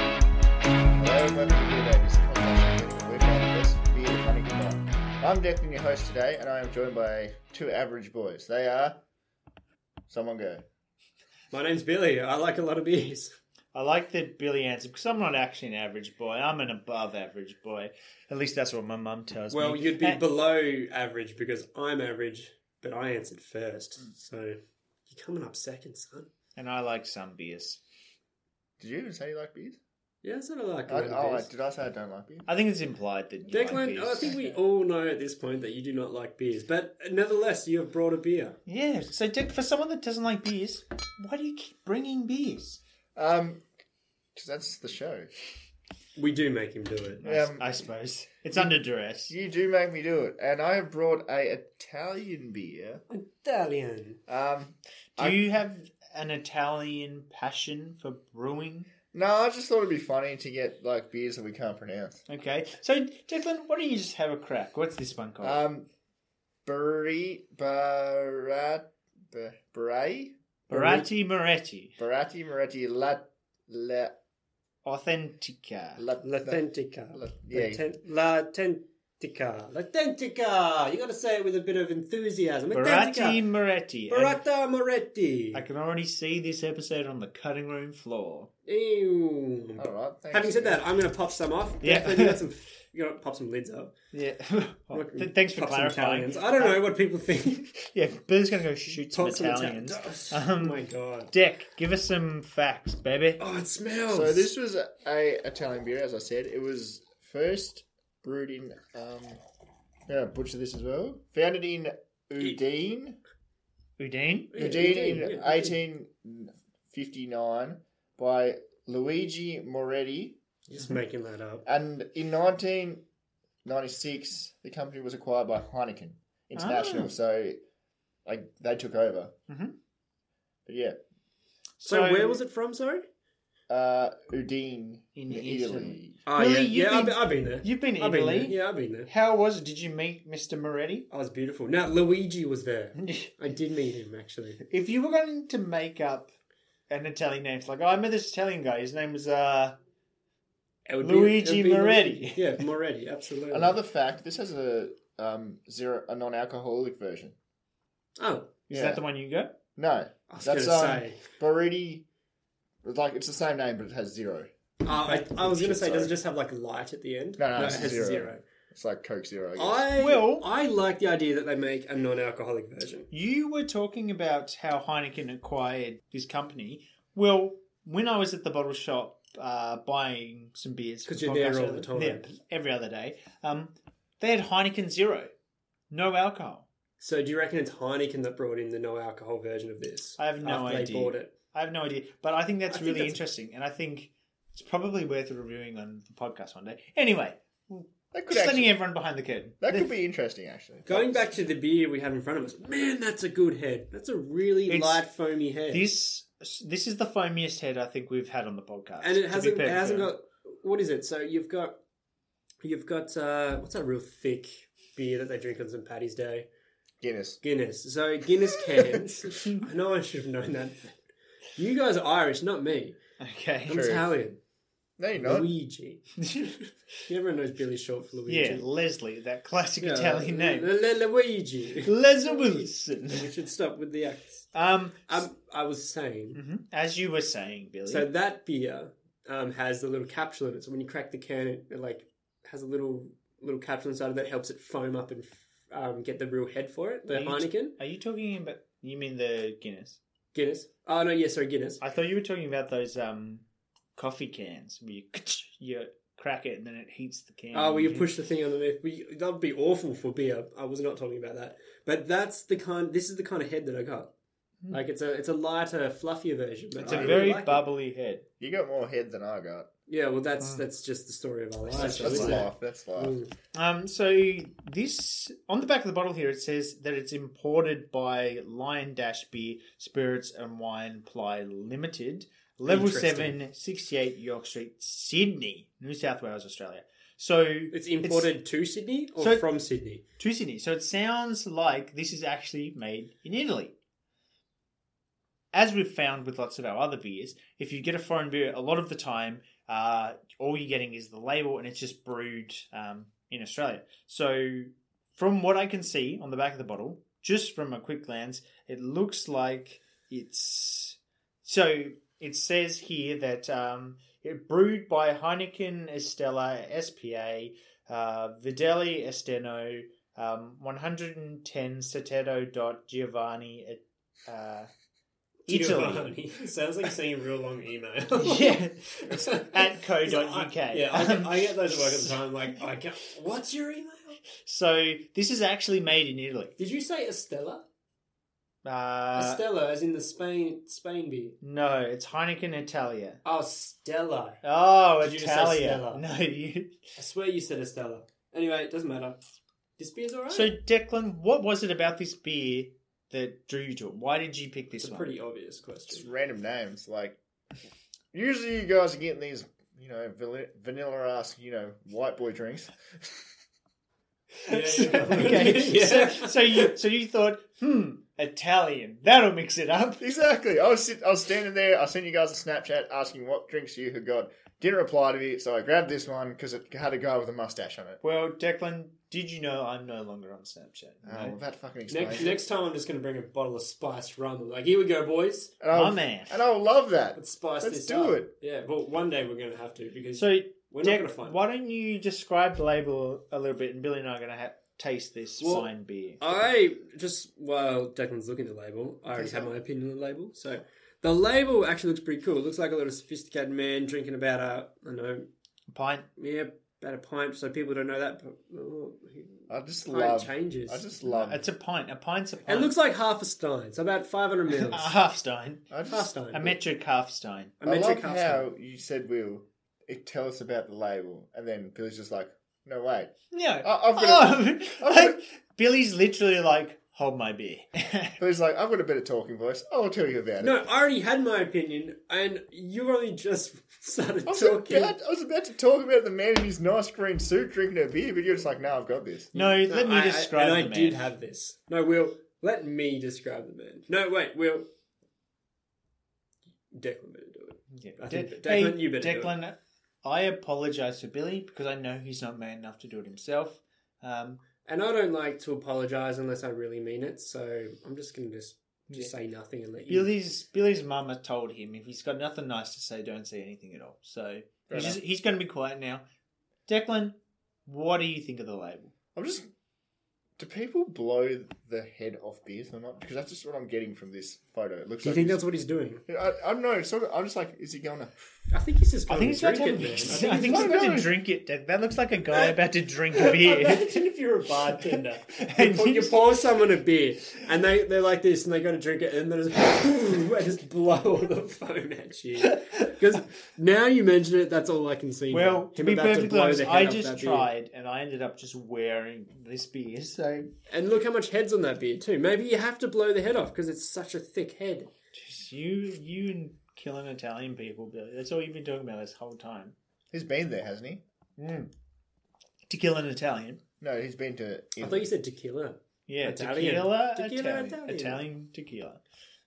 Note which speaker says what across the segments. Speaker 1: Hello, welcome to Beer Babies, the podcast where we find the best beer money can buy. I'm Declan, your host today, and I am joined by two average boys. They are someone go.
Speaker 2: My name's Billy. I like a lot of beers.
Speaker 3: I like that Billy answered because I'm not actually an average boy. I'm an above average boy. At least that's what my mum tells me.
Speaker 2: Well, you'd be
Speaker 3: And-
Speaker 2: below average because I'm average, but I answered first.
Speaker 1: Mm.
Speaker 2: So you're coming up second, son.
Speaker 3: and I like some beers.
Speaker 1: Did you even say you like beers?
Speaker 2: Yeah, that's what I like.
Speaker 1: I,
Speaker 2: about
Speaker 1: oh, I,
Speaker 2: beers.
Speaker 1: did I say I don't like beers?
Speaker 3: I think it's implied that you like
Speaker 2: Declan,
Speaker 3: beers.
Speaker 2: I think we all know at this point that you do not like beers, but nevertheless, you have brought a beer.
Speaker 3: yeah. So, Dick, for someone that doesn't like beers, why do you keep bringing beers?
Speaker 1: Um, because that's the show.
Speaker 2: We do make him do it.
Speaker 3: I s-
Speaker 1: Um,
Speaker 3: I suppose it's under duress.
Speaker 1: You do make me do it, and I have brought a Italian beer.
Speaker 2: Italian.
Speaker 1: Um,
Speaker 3: Do
Speaker 1: I-
Speaker 3: you have an Italian passion for brewing?
Speaker 1: no, I just thought it'd be funny to get like beers that we can't pronounce.
Speaker 3: Okay. So, Declan, why don't you just have a crack? What's this one called?
Speaker 1: Um, Bari, Barat, Barai,
Speaker 3: Barati Moretti
Speaker 1: Barati Moretti Lat, Lat,
Speaker 3: Authentica.
Speaker 1: Lat,
Speaker 2: Latentica.
Speaker 1: La- yeah.
Speaker 2: Laten- Latentica. Latentica. You got to say it with a bit of enthusiasm.
Speaker 3: Barati
Speaker 2: Latentica.
Speaker 3: Moretti. And-
Speaker 2: Barata Moretti.
Speaker 3: I can already see this episode on the cutting room floor.
Speaker 2: Ew.
Speaker 1: All right. Thanks.
Speaker 2: Having said that, I'm going to pop some off.
Speaker 3: Yeah.
Speaker 2: Declan, you got some. You got to pop some lids up.
Speaker 3: Yeah. Th- thanks for
Speaker 2: Pop some
Speaker 3: clarifying. Uh,
Speaker 2: Italians. I don't know what people think.
Speaker 3: Yeah, Bill's gonna go shoot some
Speaker 2: Pop some
Speaker 3: Italians.
Speaker 2: Italians.
Speaker 3: Um,
Speaker 2: oh my god.
Speaker 3: Dick, give us some facts, baby.
Speaker 2: Oh, it smells.
Speaker 1: so this was a, a Italian beer, as I said. It was first brewed in. Um, yeah, butcher this as well. Founded in Udine,
Speaker 3: Udine?
Speaker 2: Yeah,
Speaker 1: Udine
Speaker 2: Udine,
Speaker 1: in
Speaker 2: yeah,
Speaker 1: eighteen fifty nine by Luigi Moretti,
Speaker 2: Just making that up.
Speaker 1: and in nineteen ninety six, the company was acquired by Heineken International.
Speaker 3: Ah.
Speaker 1: So, like, they took over.
Speaker 3: Mhm.
Speaker 1: But yeah.
Speaker 2: So, where was it from? Sorry.
Speaker 1: Uh, Udine
Speaker 3: In
Speaker 1: in,
Speaker 3: Italy.
Speaker 1: Italy.
Speaker 2: Oh
Speaker 3: Really?
Speaker 2: yeah,
Speaker 3: You've
Speaker 2: yeah. I've,
Speaker 3: been-
Speaker 2: I've been there.
Speaker 3: you've been to
Speaker 2: I've
Speaker 3: Italy?
Speaker 2: Been there. Yeah, I've been there.
Speaker 3: How was it? Did you meet Mr. Moretti?
Speaker 2: I was beautiful. Now Luigi was there. I did meet him actually.
Speaker 3: if you were going to make up an Italian name, it's like, oh, I met this Italian guy. His name was, uh,
Speaker 2: It would
Speaker 3: Luigi
Speaker 2: it would
Speaker 3: Moretti.
Speaker 2: Yeah, Moretti. Absolutely.
Speaker 1: Another fact: this has a um zero a non-alcoholic version.
Speaker 2: Oh,
Speaker 3: is
Speaker 1: Yeah.
Speaker 3: that the one you got?
Speaker 1: No,
Speaker 2: I was
Speaker 1: that's
Speaker 2: gonna
Speaker 1: um
Speaker 2: say.
Speaker 1: Bariti. It's like it's the same name, but it has zero.
Speaker 2: uh, I, I was going to
Speaker 1: Shit,
Speaker 2: say, does
Speaker 1: sorry.
Speaker 2: it just have like light at the end?
Speaker 1: No, no,
Speaker 2: it
Speaker 1: it's
Speaker 2: has
Speaker 1: zero.
Speaker 2: zero.
Speaker 1: It's like Coke Zero. I guess.
Speaker 2: I
Speaker 3: Well-
Speaker 2: I like the idea that they make a non-alcoholic version.
Speaker 3: You were talking about how Heineken acquired this company. Well, when I was at the bottle shop uh, buying some beers, for
Speaker 2: 'Cause you're there
Speaker 3: podcast,
Speaker 2: all the time.
Speaker 3: yeah, every other day, um, they had Heineken Zero, no alcohol.
Speaker 2: So do you reckon it's Heineken that brought in the no-alcohol version of this?
Speaker 3: I have no
Speaker 2: after
Speaker 3: idea.
Speaker 2: They bought it.
Speaker 3: I have no idea, but I think
Speaker 2: I
Speaker 3: that's
Speaker 2: think
Speaker 3: really
Speaker 2: that's-
Speaker 3: interesting, and I think it's probably worth reviewing on the podcast one day. Anyway,
Speaker 1: that could
Speaker 3: just
Speaker 1: actually,
Speaker 3: letting everyone behind the curtain.
Speaker 1: that could be interesting actually.
Speaker 2: Going back to the beer we had in front of us, man, that's a good head. That's a really
Speaker 3: It's-
Speaker 2: light, foamy head.
Speaker 3: This this is the foamiest head I think we've had on the podcast,
Speaker 2: and
Speaker 3: to
Speaker 2: it
Speaker 3: be
Speaker 2: hasn't it
Speaker 3: perfectly
Speaker 2: hasn't
Speaker 3: honest.
Speaker 2: got what is it? So you've got you've got uh, what's that real thick beer that they drink on St Paddy's Day?
Speaker 1: Guinness.
Speaker 2: Guinness. So Guinness cans. I know I should have known that. You guys are Irish, not me.
Speaker 3: Okay,
Speaker 2: I'm Italian.
Speaker 1: No, you're not.
Speaker 2: Luigi. Everyone knows Billy's short for
Speaker 3: yeah,
Speaker 2: Luigi.
Speaker 3: Leslie, that classic
Speaker 2: Yeah,
Speaker 3: Italian name.
Speaker 2: Lu- Lu- Luigi.
Speaker 3: Leslie Wilson.
Speaker 2: we should stop with the acts.
Speaker 3: Um,
Speaker 2: Um, I was saying,
Speaker 3: mhm, as you were saying, Billy.
Speaker 2: so that beer um, has a little capsule in it. So when you crack the can, it, it like has a little little capsule inside of that helps it foam up and um, get the real head for it. The
Speaker 3: Are you t-
Speaker 2: Heineken,
Speaker 3: Are you talking about? You mean the Guinness?
Speaker 2: Guinness. Oh no, yeah, sorry, Guinness.
Speaker 3: I thought you were talking about those um coffee cans where you you crack it and then it heats the can.
Speaker 2: Oh, well, you push the thing underneath. We, that'd be awful for beer. I was not talking about that. But that's the kind. This is the kind of head that I got. Like it's a it's a lighter, fluffier version. but
Speaker 3: It's
Speaker 2: I
Speaker 3: a
Speaker 2: really
Speaker 3: very
Speaker 2: like it.
Speaker 3: bubbly head.
Speaker 1: You got more head than I got.
Speaker 2: Yeah, well, that's that's just the story of our life.
Speaker 1: That's, that's
Speaker 2: isn't it?
Speaker 1: life. That's life.
Speaker 2: Mm.
Speaker 3: Um, so this on the back of the bottle here it says that it's imported by Lion Dash Beer Spirits and Wine Ply Limited, level
Speaker 2: Interesting.
Speaker 3: 7, 68 York Street, Sydney, New South Wales, Australia. So
Speaker 2: It's imported to Sydney or
Speaker 3: So-
Speaker 2: from Sydney.
Speaker 3: to Sydney. So it sounds like this is actually made in Italy. As we've found with lots of our other beers, if you get a foreign beer, a lot of the time, uh, all you're getting is the label and it's just brewed um, in Australia. So, from what I can see on the back of the bottle, just from a quick glance, it looks like it's. So, it says here that um, it brewed by Heineken Estella SPA, uh, Videli Esteno, um, 110 Seteto dot Giovanni, uh, Italy.
Speaker 2: Giovanni. Sounds like saying real long email.
Speaker 3: yeah, at
Speaker 2: It's like,
Speaker 3: co.uk.
Speaker 2: I- Yeah, I get, I get those at work at the time. Like, I can't, what's your email?
Speaker 3: So this is actually made in Italy.
Speaker 2: Did you say Estella?
Speaker 3: Uh,
Speaker 2: Estella, as in the Spain Spain beer.
Speaker 3: no, it's Heineken Italia.
Speaker 2: Oh, Stella.
Speaker 3: Oh,
Speaker 2: Did you just say
Speaker 3: Italia.
Speaker 2: Stella?
Speaker 3: No, you.
Speaker 2: I swear you said Estella. Anyway, it doesn't matter. This beer's alright.
Speaker 3: So Declan, what was it about this beer that drew you to it? Why did you pick this
Speaker 2: it's a
Speaker 3: one?
Speaker 2: pretty obvious
Speaker 1: Just
Speaker 2: question.
Speaker 1: random names. Like, usually you guys are getting these, you know, vanilla ass, you know, white boy drinks.
Speaker 2: Yeah, yeah, yeah.
Speaker 3: okay.
Speaker 2: Yeah.
Speaker 3: So, so you so you thought, hmm, Italian. That'll mix it up.
Speaker 1: Exactly. I was sit, I was standing there. I sent you guys a Snapchat asking what drinks you had got. Didn't reply to me, so I grabbed this one because it had a guy with a mustache on it.
Speaker 3: Well, Declan, did you know I'm no longer on Snapchat?
Speaker 1: Oh, well, that fucking explains.
Speaker 2: Next,
Speaker 1: it.
Speaker 2: next time I'm just going to bring a bottle of spiced rum. Like, here we go, boys.
Speaker 1: and I'll-
Speaker 3: My man.
Speaker 1: and I'll love that.
Speaker 2: Let's spice
Speaker 1: Let's
Speaker 2: this
Speaker 1: do
Speaker 2: up.
Speaker 1: it.
Speaker 2: Yeah, well, one day we're going to have to because
Speaker 3: So,
Speaker 2: we're not
Speaker 3: Dec,
Speaker 2: going to find
Speaker 3: why don't you describe the label a little bit, and Billy and I are going to ha- taste this
Speaker 2: Well,
Speaker 3: fine beer.
Speaker 2: I just while Declan's looking at the label, I already have my opinion on the label. So the label actually looks pretty cool. It looks like a little sophisticated man drinking about a I don't know
Speaker 3: Pint.
Speaker 2: yeah about a pint. So people don't know that. But, oh,
Speaker 1: I just
Speaker 2: pint
Speaker 1: love.
Speaker 2: changes.
Speaker 1: I just love.
Speaker 3: It's a pint. A pint's a
Speaker 2: It
Speaker 3: pint.
Speaker 2: looks like half a stein. So about 500 mils.
Speaker 3: a half stein.
Speaker 1: I
Speaker 2: half
Speaker 1: just.
Speaker 2: stein.
Speaker 3: A metric half stein.
Speaker 2: A
Speaker 1: I love
Speaker 2: metric half
Speaker 1: how you said, "Will it tell us about the label?" And then Billy's just like, "No wait."
Speaker 3: Yeah.
Speaker 1: I- I've
Speaker 3: Oh,
Speaker 1: got I've got-
Speaker 3: Billy's literally like, hold my beer.
Speaker 1: Billy's like, "I've got a better talking voice. I'll tell you about
Speaker 2: stein.
Speaker 1: it."
Speaker 2: No, I already had my opinion, and you only just started
Speaker 1: I was,
Speaker 2: talking.
Speaker 1: about, I was about to talk about the man in his nice green suit drinking a beer, but you're just like, "No, I've got this."
Speaker 3: no,
Speaker 2: No,
Speaker 3: let me
Speaker 2: I- I-
Speaker 3: describe
Speaker 2: And I
Speaker 3: the man.
Speaker 2: did have this. No, Will, let me describe the man. No, wait, Will. Declan better do it.
Speaker 3: Yeah.
Speaker 2: I
Speaker 3: De-
Speaker 2: think-
Speaker 3: hey,
Speaker 2: Declan, you better do it.
Speaker 3: Declan, I apologize for Billy because I know he's not man enough to do it himself. Um,
Speaker 2: And I don't like to apologise unless I really mean it, so I'm just going to just, just say nothing and let you.
Speaker 3: Billy's Billy's mama told him if he's got nothing nice to say, don't say anything at all. So he's, just, he's going to be quiet now. Declan, what do you think of the label?
Speaker 1: I'm just. Do people blow the head off beers or not? Because that's just what I'm getting from this photo. It looks.
Speaker 2: do you
Speaker 1: like
Speaker 2: think
Speaker 1: he's-
Speaker 2: that's what he's doing?
Speaker 1: I, I don't know. It's sort of, I'm just like, is he going to?
Speaker 2: I think he's just
Speaker 3: I
Speaker 2: going
Speaker 3: think
Speaker 2: to
Speaker 3: he's about
Speaker 2: drink
Speaker 3: to, have a
Speaker 2: it.
Speaker 3: mix.
Speaker 2: man.
Speaker 3: I think he's
Speaker 1: No,
Speaker 3: about
Speaker 1: no.
Speaker 3: to drink it. Dec. That looks like a guy about to drink a beer.
Speaker 2: Imagine if you're a bartender
Speaker 3: And
Speaker 2: and you,
Speaker 3: you-
Speaker 2: you pour someone a beer and they, they're like this and they go to drink it and then just, and just blow all the foam at you. Because now you mention it, that's all I can see. now.
Speaker 3: Well, to
Speaker 2: Him
Speaker 3: be
Speaker 2: about
Speaker 3: perfectly
Speaker 2: blow
Speaker 3: honest,
Speaker 2: the head
Speaker 3: I
Speaker 2: off
Speaker 3: just
Speaker 2: that beer.
Speaker 3: tried and I ended up just wearing this beer. So
Speaker 2: And look how much head's on that beer too. Maybe you have to blow the head off because it's such a thick head.
Speaker 3: Jeez, you you and killing Italian people, Billy. That's all you've been talking about this whole time.
Speaker 1: He's been there, hasn't he?
Speaker 3: To kill an Italian.
Speaker 1: No, he's been to.
Speaker 2: I thought you said tequila.
Speaker 3: Yeah,
Speaker 2: Italian.
Speaker 3: tequila,
Speaker 2: Tequila,
Speaker 3: Italian,
Speaker 2: Italian.
Speaker 3: Italian tequila.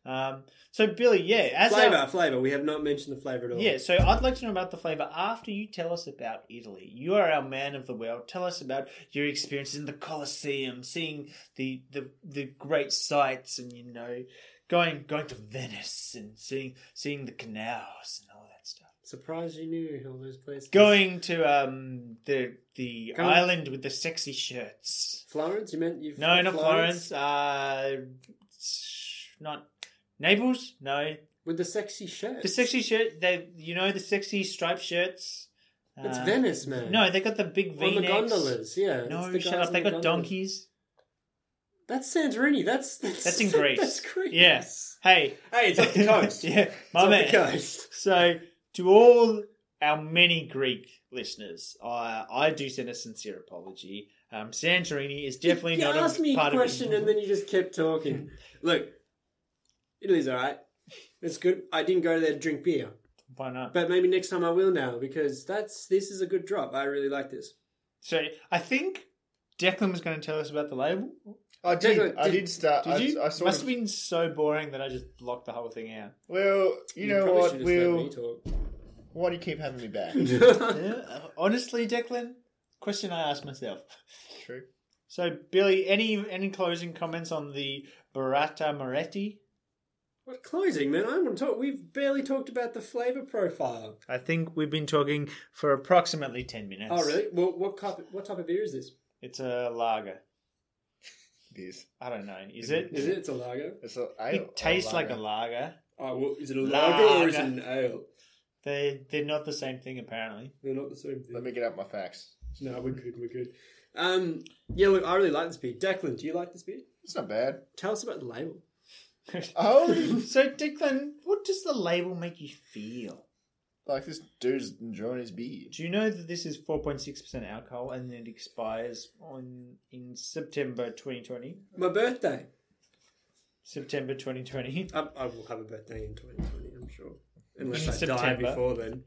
Speaker 3: Um, so Billy, yeah, as our-
Speaker 2: flavor, flavor. We have not mentioned the flavor at all.
Speaker 3: yeah, so I'd like to know about the flavor after you tell us about Italy. You are our man of the world. Tell us about your experiences in the Colosseum, seeing the the, the great sights, and you know, going going to Venice and seeing seeing the canals and all that stuff.
Speaker 2: Surprised you knew all those places.
Speaker 3: Going to um the the
Speaker 2: Come on.
Speaker 3: island with the sexy shirts.
Speaker 2: Florence. You meant you.
Speaker 3: No, not Florence. Uh, not Naples. No,
Speaker 2: with the sexy shirt.
Speaker 3: The sexy shirt, they you know the sexy striped shirts. Uh,
Speaker 2: It's Venice, man.
Speaker 3: No, they got the big V
Speaker 2: on the gondolas. Yeah.
Speaker 3: No,
Speaker 2: it's the
Speaker 3: shut
Speaker 2: guys
Speaker 3: up.
Speaker 2: on
Speaker 3: They
Speaker 2: the
Speaker 3: got
Speaker 2: gondolas.
Speaker 3: donkeys.
Speaker 2: That's Santorini. That's that's,
Speaker 3: That's in Greece.
Speaker 2: that's Greece.
Speaker 3: Yeah. Hey,
Speaker 2: Hey, it's off the coast.
Speaker 3: yeah,
Speaker 2: It's
Speaker 3: my
Speaker 2: off
Speaker 3: man.
Speaker 2: the coast.
Speaker 3: So, to all our many Greek listeners, I I do send a sincere apology. Um, Santorini is definitely
Speaker 2: you
Speaker 3: not
Speaker 2: asked
Speaker 3: a
Speaker 2: me
Speaker 3: part
Speaker 2: a question
Speaker 3: of Hmm. it.
Speaker 2: and then you just kept talking. Look, Italy's all right. It's good. I didn't go there to drink beer,
Speaker 3: Why not?
Speaker 2: but maybe next time I will now because that's this is a good drop. I really like this.
Speaker 3: so, I think Declan was going to tell us about the label.
Speaker 1: I did.
Speaker 2: Declan,
Speaker 1: I
Speaker 2: did-
Speaker 1: did, start.
Speaker 3: Did
Speaker 1: I,
Speaker 3: you?
Speaker 1: I sort
Speaker 3: Must
Speaker 1: of,
Speaker 3: have been so boring that I just blocked the whole thing out.
Speaker 1: Well, you, know
Speaker 2: probably
Speaker 1: what?
Speaker 2: should just let
Speaker 1: We'll.
Speaker 2: me talk.
Speaker 1: Why do you keep having me back?
Speaker 3: Yeah, honestly, Declan, question I asked myself.
Speaker 1: True.
Speaker 3: So, Billy, any any closing comments on the Barata Moretti?
Speaker 2: What closing, man? I want to talk. We've barely talked about the flavor profile.
Speaker 3: I think we've been talking for approximately ten minutes.
Speaker 2: Oh, really? Well, what cup? What type of beer is this?
Speaker 3: It's a lager.
Speaker 1: It is.
Speaker 3: I don't know. Is it?
Speaker 2: Is it? It's a lager.
Speaker 1: It's a ale.
Speaker 3: It tastes
Speaker 1: or
Speaker 3: like a lager.
Speaker 2: Oh, well, is it a lager, or is it
Speaker 3: Lager.
Speaker 2: an ale?
Speaker 3: They they're not the same thing apparently.
Speaker 2: They're not the same thing.
Speaker 1: Let me get out my facts.
Speaker 2: No, we're good. We're good. Um, yeah, look, I really like this beer. Declan, do you like this beer?
Speaker 1: It's not bad.
Speaker 2: Tell us about the label.
Speaker 1: Oh,
Speaker 3: so, Declan, what does the label make you feel?
Speaker 1: like this dude's enjoying his beer.
Speaker 3: Do you know that this is four point six percent alcohol and it expires on in September twenty twenty?
Speaker 2: My birthday.
Speaker 3: September twenty twenty.
Speaker 2: I, I will have a birthday in 2020, I'm sure. Unless I die
Speaker 3: September.
Speaker 2: before then.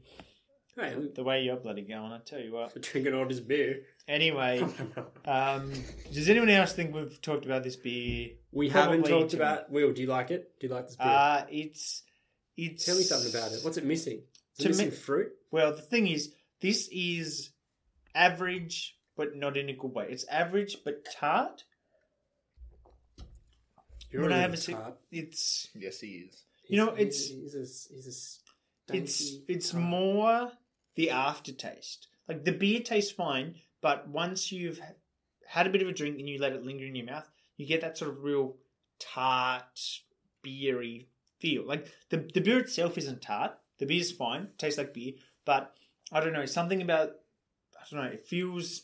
Speaker 2: Hey, I'm
Speaker 3: The way you're bloody going, I tell you what.
Speaker 2: drinking all this beer.
Speaker 3: Anyway, um, does anyone else think we've talked about this beer?
Speaker 2: We haven't
Speaker 3: Probably
Speaker 2: talked
Speaker 3: too
Speaker 2: about. Will, do you like it? Do you like this beer?
Speaker 3: Uh, it's it's.
Speaker 2: Tell me something about it. What's it missing? Is
Speaker 3: To
Speaker 2: it missing
Speaker 3: me-
Speaker 2: fruit?
Speaker 3: Well, the thing is, this is average, but not in a good way. It's average but tart.
Speaker 2: a
Speaker 3: I
Speaker 2: little
Speaker 3: have a sip,
Speaker 2: tart.
Speaker 3: it's
Speaker 1: Yes, he is.
Speaker 3: you know
Speaker 2: He's-
Speaker 3: it's
Speaker 2: He's a, he's a
Speaker 3: it's
Speaker 2: stanky
Speaker 3: it's
Speaker 2: tart.
Speaker 3: more the aftertaste. Like the beer tastes fine, but once you've h- had a bit of a drink and you let it linger in your mouth, you get that sort of real tart, beery feel. Like the the beer itself isn't tart. The beer's fine, tastes like beer, but I don't know something about I don't know. It feels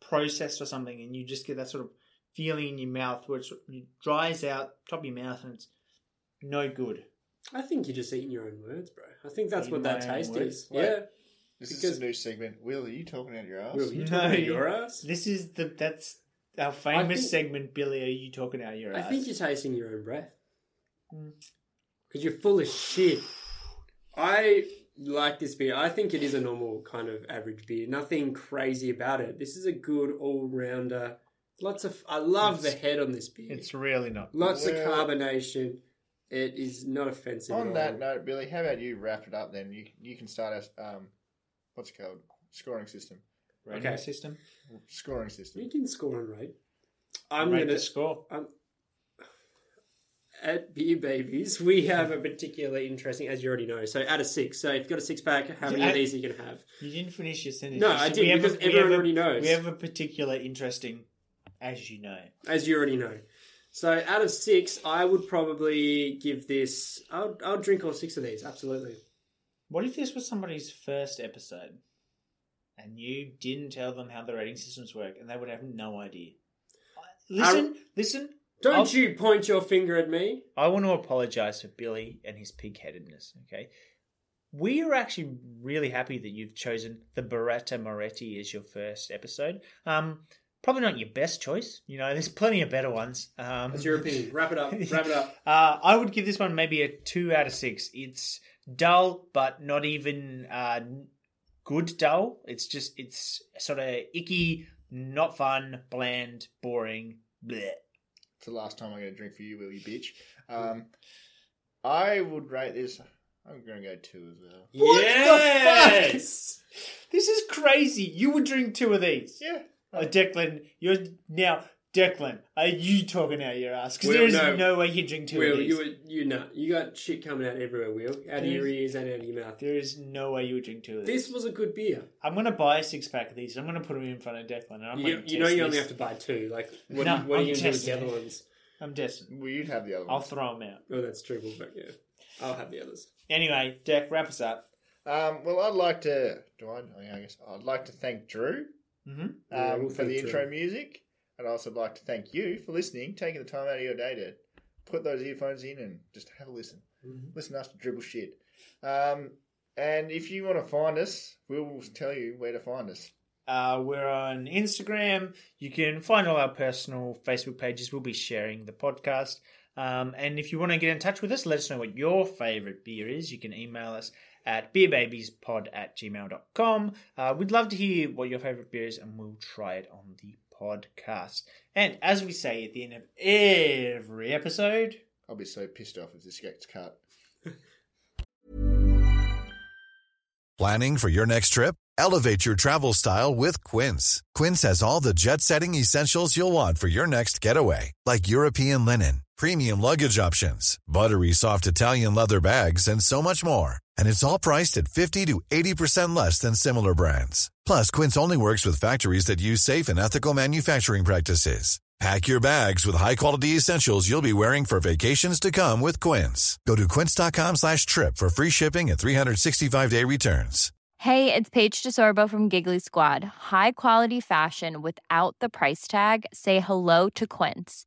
Speaker 3: processed or something, and you just get that sort of feeling in your mouth where it's, it dries out top of your mouth and it's no good.
Speaker 2: I think you're just eating your own words, bro. I think that's
Speaker 3: Eating
Speaker 2: what that
Speaker 3: my own
Speaker 2: taste
Speaker 3: words?
Speaker 2: is.
Speaker 1: Wait.
Speaker 2: Yeah.
Speaker 1: This
Speaker 2: Because-
Speaker 1: is a new segment. Will, are you talking out your ass?
Speaker 2: Will, you
Speaker 3: No,
Speaker 2: talking about
Speaker 3: you-
Speaker 2: your ass?
Speaker 3: This is the that's our famous
Speaker 2: think-
Speaker 3: segment, Billy. Are you talking out your
Speaker 2: I
Speaker 3: ass?
Speaker 2: think you're tasting your own breath.
Speaker 3: Mm.
Speaker 2: Because you're full of shit. I like this beer. I think it is a normal kind of average beer. Nothing crazy about it. This is a good all rounder. Lots of. I love the head on this beer.
Speaker 3: it's really not.
Speaker 2: Lots of
Speaker 1: Well-
Speaker 2: carbonation. It is not offensive.
Speaker 1: On
Speaker 2: at
Speaker 1: that
Speaker 2: all.
Speaker 1: note, Billy, how about you wrap it up then? You you can start us. Um, what's it called? Scoring system.
Speaker 3: Rating
Speaker 2: Okay.
Speaker 3: system.
Speaker 1: Scoring
Speaker 2: we
Speaker 1: system.
Speaker 2: can score on rate. I'm
Speaker 3: Rate
Speaker 2: going
Speaker 3: the
Speaker 2: to
Speaker 3: score.
Speaker 2: Um, at Beer Babies, we have a particularly interesting, as you already know. So, out of six. So, if you've got a six pack, how many
Speaker 3: Yeah, I-
Speaker 2: of these are you going to have?
Speaker 3: You didn't finish your sentence.
Speaker 2: No,
Speaker 3: You
Speaker 2: I
Speaker 3: said,
Speaker 2: didn't,
Speaker 3: we have
Speaker 2: because
Speaker 3: we
Speaker 2: everyone
Speaker 3: have
Speaker 2: already knows.
Speaker 3: We have a particular interesting, as you know.
Speaker 2: As you already know. So, out of six, I would probably give this. I'll, I'll drink all six of these, absolutely.
Speaker 3: What if this was somebody's first episode, and you didn't tell them how the rating systems work, and they would have no idea? Listen, listen.
Speaker 2: Don't
Speaker 3: I'll-
Speaker 2: you point your finger at me.
Speaker 3: I want to apologize for Billy and his pig headedness, okay? We are actually really happy that you've chosen the Beretta Moretti as your first episode. Um, probably not your best choice. You know, there's plenty of better ones. Um,
Speaker 2: That's your opinion. Wrap it up. Wrap it up.
Speaker 3: uh, I would give this one maybe a two out of six. It's dull, but not even uh, good dull. It's just it's sort of icky, not fun, bland, boring. Bleh.
Speaker 1: It's the last time I'm going to drink for you, will you, bitch? Um, I would rate this. I'm going to go two as well.
Speaker 3: What the fuck?
Speaker 2: yes!
Speaker 3: This is crazy. You would drink two of these.
Speaker 1: Yeah.
Speaker 3: Oh, Declan, you're now Declan. Are you talking out your ass? Because
Speaker 2: Well,
Speaker 3: there is
Speaker 2: no.
Speaker 3: no. way you drink two of
Speaker 2: Will,
Speaker 3: these.
Speaker 2: you were, you nut. You got shit coming out everywhere, Will. Out of your ears and out of your mouth.
Speaker 3: There is no way you would drink two of these.
Speaker 2: This was a good beer.
Speaker 3: I'm gonna buy a six pack of these. I'm gonna put them in front of Declan. And I'm
Speaker 2: You,
Speaker 3: gonna
Speaker 2: you know
Speaker 3: test
Speaker 2: you only
Speaker 3: this.
Speaker 2: have to buy two. Like, what,
Speaker 3: No,
Speaker 2: what are
Speaker 3: I'm
Speaker 2: you going to do with the
Speaker 3: testing
Speaker 2: other
Speaker 3: it.
Speaker 2: ones?
Speaker 3: I'm destined.
Speaker 1: Well, you'd have the other
Speaker 3: I'll
Speaker 1: one.
Speaker 3: throw them out.
Speaker 2: Oh, that's true, but yeah. I'll have the others.
Speaker 3: Anyway, Deck, wrap us up.
Speaker 1: Um, well, I'd like to. Do I? Oh, yeah, I guess I'd like to thank Drew
Speaker 3: Mm-hmm.
Speaker 1: um,
Speaker 2: Yeah, we'll
Speaker 1: for
Speaker 2: thank
Speaker 1: the
Speaker 2: Drew.
Speaker 1: intro music, and I'd also like to thank you for listening, taking the time out of your day to put those earphones in and just have a listen.
Speaker 2: Mm-hmm.
Speaker 1: Listen to us dribble shit. Um, and if you want to find us, we'll tell you where to find us.
Speaker 3: Uh, we're on Instagram. You can find all our personal Facebook pages. We'll be sharing the podcast. Um, and if you want to get in touch with us, let us know what your favorite beer is. You can email us at beerbabiespod at gmail.com. Uh, we'd love to hear what your favorite beer is, and we'll try it on the podcast. And as we say at the end of every episode,
Speaker 1: I'll be so pissed off if this gets cut.
Speaker 4: Planning for your next trip? Elevate your travel style with Quince. Quince has all the jet setting essentials you'll want for your next getaway, like European linen, premium luggage options, buttery soft Italian leather bags, and so much more. And it's all priced at 50 to 80% less than similar brands. Plus, Quince only works with factories that use safe and ethical manufacturing practices. Pack your bags with high-quality essentials you'll be wearing for vacations to come with Quince. Go to quince.com slash trip for free shipping and 365-day returns.
Speaker 5: Hey, it's Paige DeSorbo from Giggly Squad. High quality fashion without the price tag. Say hello to Quince.